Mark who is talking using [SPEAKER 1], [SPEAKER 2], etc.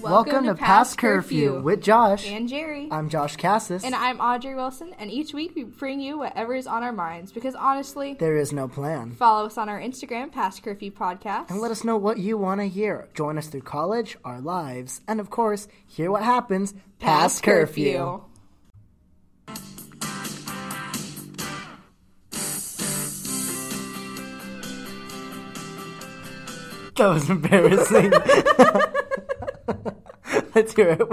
[SPEAKER 1] Welcome, to, Past Curfew, with Josh.
[SPEAKER 2] and Jerry.
[SPEAKER 1] I'm Josh Cassis.
[SPEAKER 2] and I'm Audrey Wilson, and each week we bring you whatever is on our minds because honestly,
[SPEAKER 1] there is no plan.
[SPEAKER 2] follow us on our Instagram, Past Curfew Podcast.
[SPEAKER 1] And let us know what you want to hear. Join us through college, our lives, and of course, hear what happens past, curfew. That was embarrassing. Let's hear it.